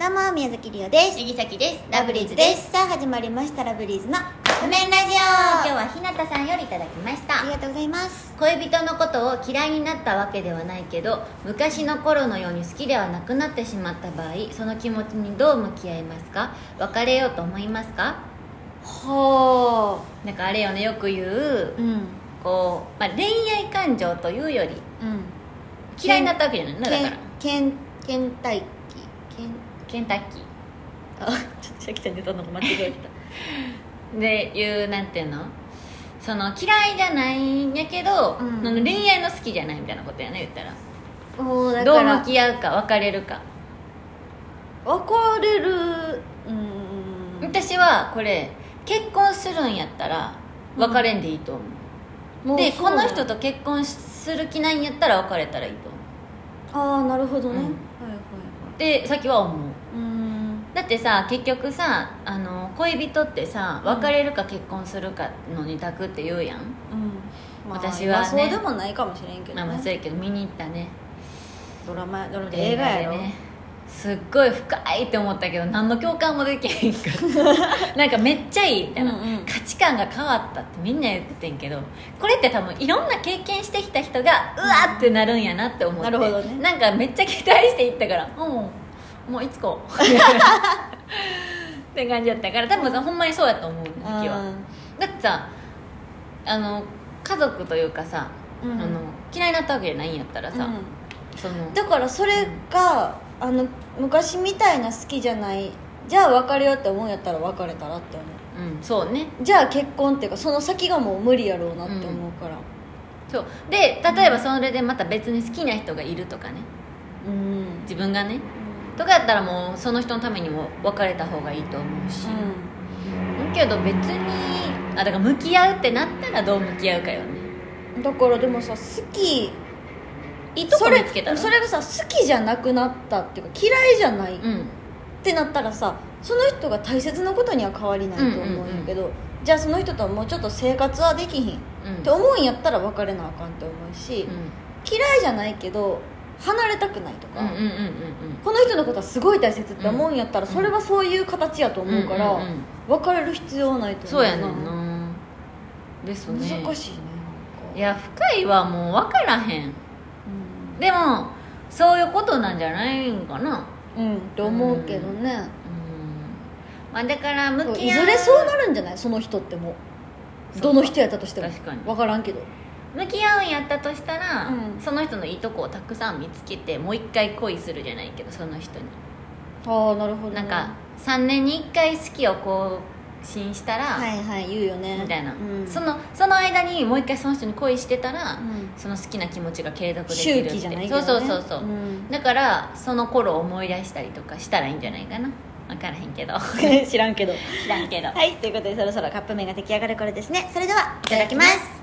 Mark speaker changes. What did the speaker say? Speaker 1: どうも宮崎りおです
Speaker 2: 杉崎です
Speaker 1: ラブリーズですさあ始まりましたラブリーズの「面ラジ
Speaker 2: 今日
Speaker 1: オ」
Speaker 2: は日向さんよりいただきまし
Speaker 1: あり
Speaker 2: た
Speaker 1: がとうございます
Speaker 2: 恋人のことを嫌いになったわけではないけど昔の頃のように好きではなくなってしまった場合その気持ちにどう向き合いますか別れようと思いますか
Speaker 1: ほ
Speaker 2: なんかあれよねよく言う
Speaker 1: ううん
Speaker 2: こう、まあ、恋愛感情というより
Speaker 1: うん
Speaker 2: 嫌いになったわけじゃないのだから
Speaker 1: けんけんたいきけん
Speaker 2: ケンタッキーあちょっとシャキちゃん出たのが間違えてた でいうなんていうのその嫌いじゃないんやけど、
Speaker 1: うん
Speaker 2: その恋愛の好きじゃないみたいなことやね言ったら
Speaker 1: おーだ
Speaker 2: ど
Speaker 1: か
Speaker 2: う
Speaker 1: ら
Speaker 2: 向き合うか別れるか、
Speaker 1: 別れるうん
Speaker 2: 私はこれ結婚するんやったら別れんでいいと思う、
Speaker 1: もう
Speaker 2: で
Speaker 1: そう
Speaker 2: この人と結婚する気ないんやったら別れたらいいと思
Speaker 1: ああなるほどね、
Speaker 2: うん
Speaker 1: はいはいは
Speaker 2: うでさっきは思う
Speaker 1: いうーん
Speaker 2: だってさ結局さあの恋人ってさ
Speaker 1: うん
Speaker 2: 別れるか結婚するかの二択って言うやん、
Speaker 1: うんまあ
Speaker 2: 私は
Speaker 1: 今
Speaker 2: ね
Speaker 1: そうでもないかもしれんけど、
Speaker 2: ま
Speaker 1: ね
Speaker 2: あまあそうやけど見に行ったね
Speaker 1: ドラマドラマ映画やろ、
Speaker 2: でねすっごい深いって思ったけど何の共感もできへんか ったなんかめっちゃいいみたいな、
Speaker 1: うんうん
Speaker 2: 価値観が変わったってみんな言っててんけどこれって多分いろんな経験してきた人がうわーってなるんやなって思って
Speaker 1: なるほどね
Speaker 2: なんかめっちゃ期待していったからうんもういつこう って感じだったから多分さほんまにそうやと思う時
Speaker 1: うん
Speaker 2: は、だってさあの家族というかさ、
Speaker 1: うん
Speaker 2: あの嫌いになったわけじゃないんやったらさ、
Speaker 1: う
Speaker 2: その
Speaker 1: んだからそれが、あの昔みたいな好きじゃないじゃあ別れようって思うんやったら別れたらって思う
Speaker 2: うんそうね
Speaker 1: じゃあ結婚っていうかその先がもう無理やろうなって思うから
Speaker 2: そうで例えばそれでまた別に好きな人がいるとかね
Speaker 1: うん、うん
Speaker 2: 自分がねとかやったらもうその人のためにも別れた方がいいと思うし、けど別にあだから向き合うってなったらどう向き合うかよね
Speaker 1: うんだからでもさ好き
Speaker 2: いいと
Speaker 1: そ
Speaker 2: こ
Speaker 1: れ
Speaker 2: 見つけたら
Speaker 1: それがさ好きじゃなくなったっていうか嫌いじゃない、
Speaker 2: う
Speaker 1: っ
Speaker 2: ん
Speaker 1: てなったらさその人が大切なことには変わりないと思うんやけど、じゃあその人とはもうちょっと生活はできひんっ
Speaker 2: うん
Speaker 1: て思うんやったら別れなあかんって思うし、
Speaker 2: う
Speaker 1: 嫌いじゃないけど離れたくないとか、
Speaker 2: んうんうんうんうん
Speaker 1: この人のことはすごい大切って思うんやったら、
Speaker 2: うん
Speaker 1: それはそういう形やと
Speaker 2: うん
Speaker 1: 思うから、
Speaker 2: うんうんうん
Speaker 1: 別れる必要はないと思
Speaker 2: そう
Speaker 1: う
Speaker 2: やねんなですね
Speaker 1: 難しいねなんか
Speaker 2: いや深いはもう分からへん
Speaker 1: うん
Speaker 2: でもそういうことなんじゃないんかな
Speaker 1: うんって思うけどね、
Speaker 2: うんまあだから向き
Speaker 1: い
Speaker 2: 合う
Speaker 1: ずれそうなるんじゃないその人っても
Speaker 2: そうか
Speaker 1: どの人やったとしても
Speaker 2: 確かに
Speaker 1: 分からんけど
Speaker 2: 向き合うんやったとしたら、
Speaker 1: うん
Speaker 2: その人のいいとこをたくさん見つけてもう一回恋するじゃないけどその人に、
Speaker 1: ああなるほど、ね、
Speaker 2: なんか3年に1回好きを更新したら、
Speaker 1: はいはい言うよね
Speaker 2: みたいな、
Speaker 1: うん、
Speaker 2: そのその間にもう一回その人に恋してたら、
Speaker 1: うん
Speaker 2: その好きな気持ちが継続できるっ
Speaker 1: 周
Speaker 2: て
Speaker 1: 期じゃないけど、
Speaker 2: そう
Speaker 1: ね、
Speaker 2: そうそうそう、
Speaker 1: ん
Speaker 2: だからその頃を思い出したりとかしたらいいんじゃないかな分からへんけど
Speaker 1: 知らんけど
Speaker 2: 知らんけど
Speaker 1: はいということでそろそろカップ麺が出来上がる頃ですねそれではいただきます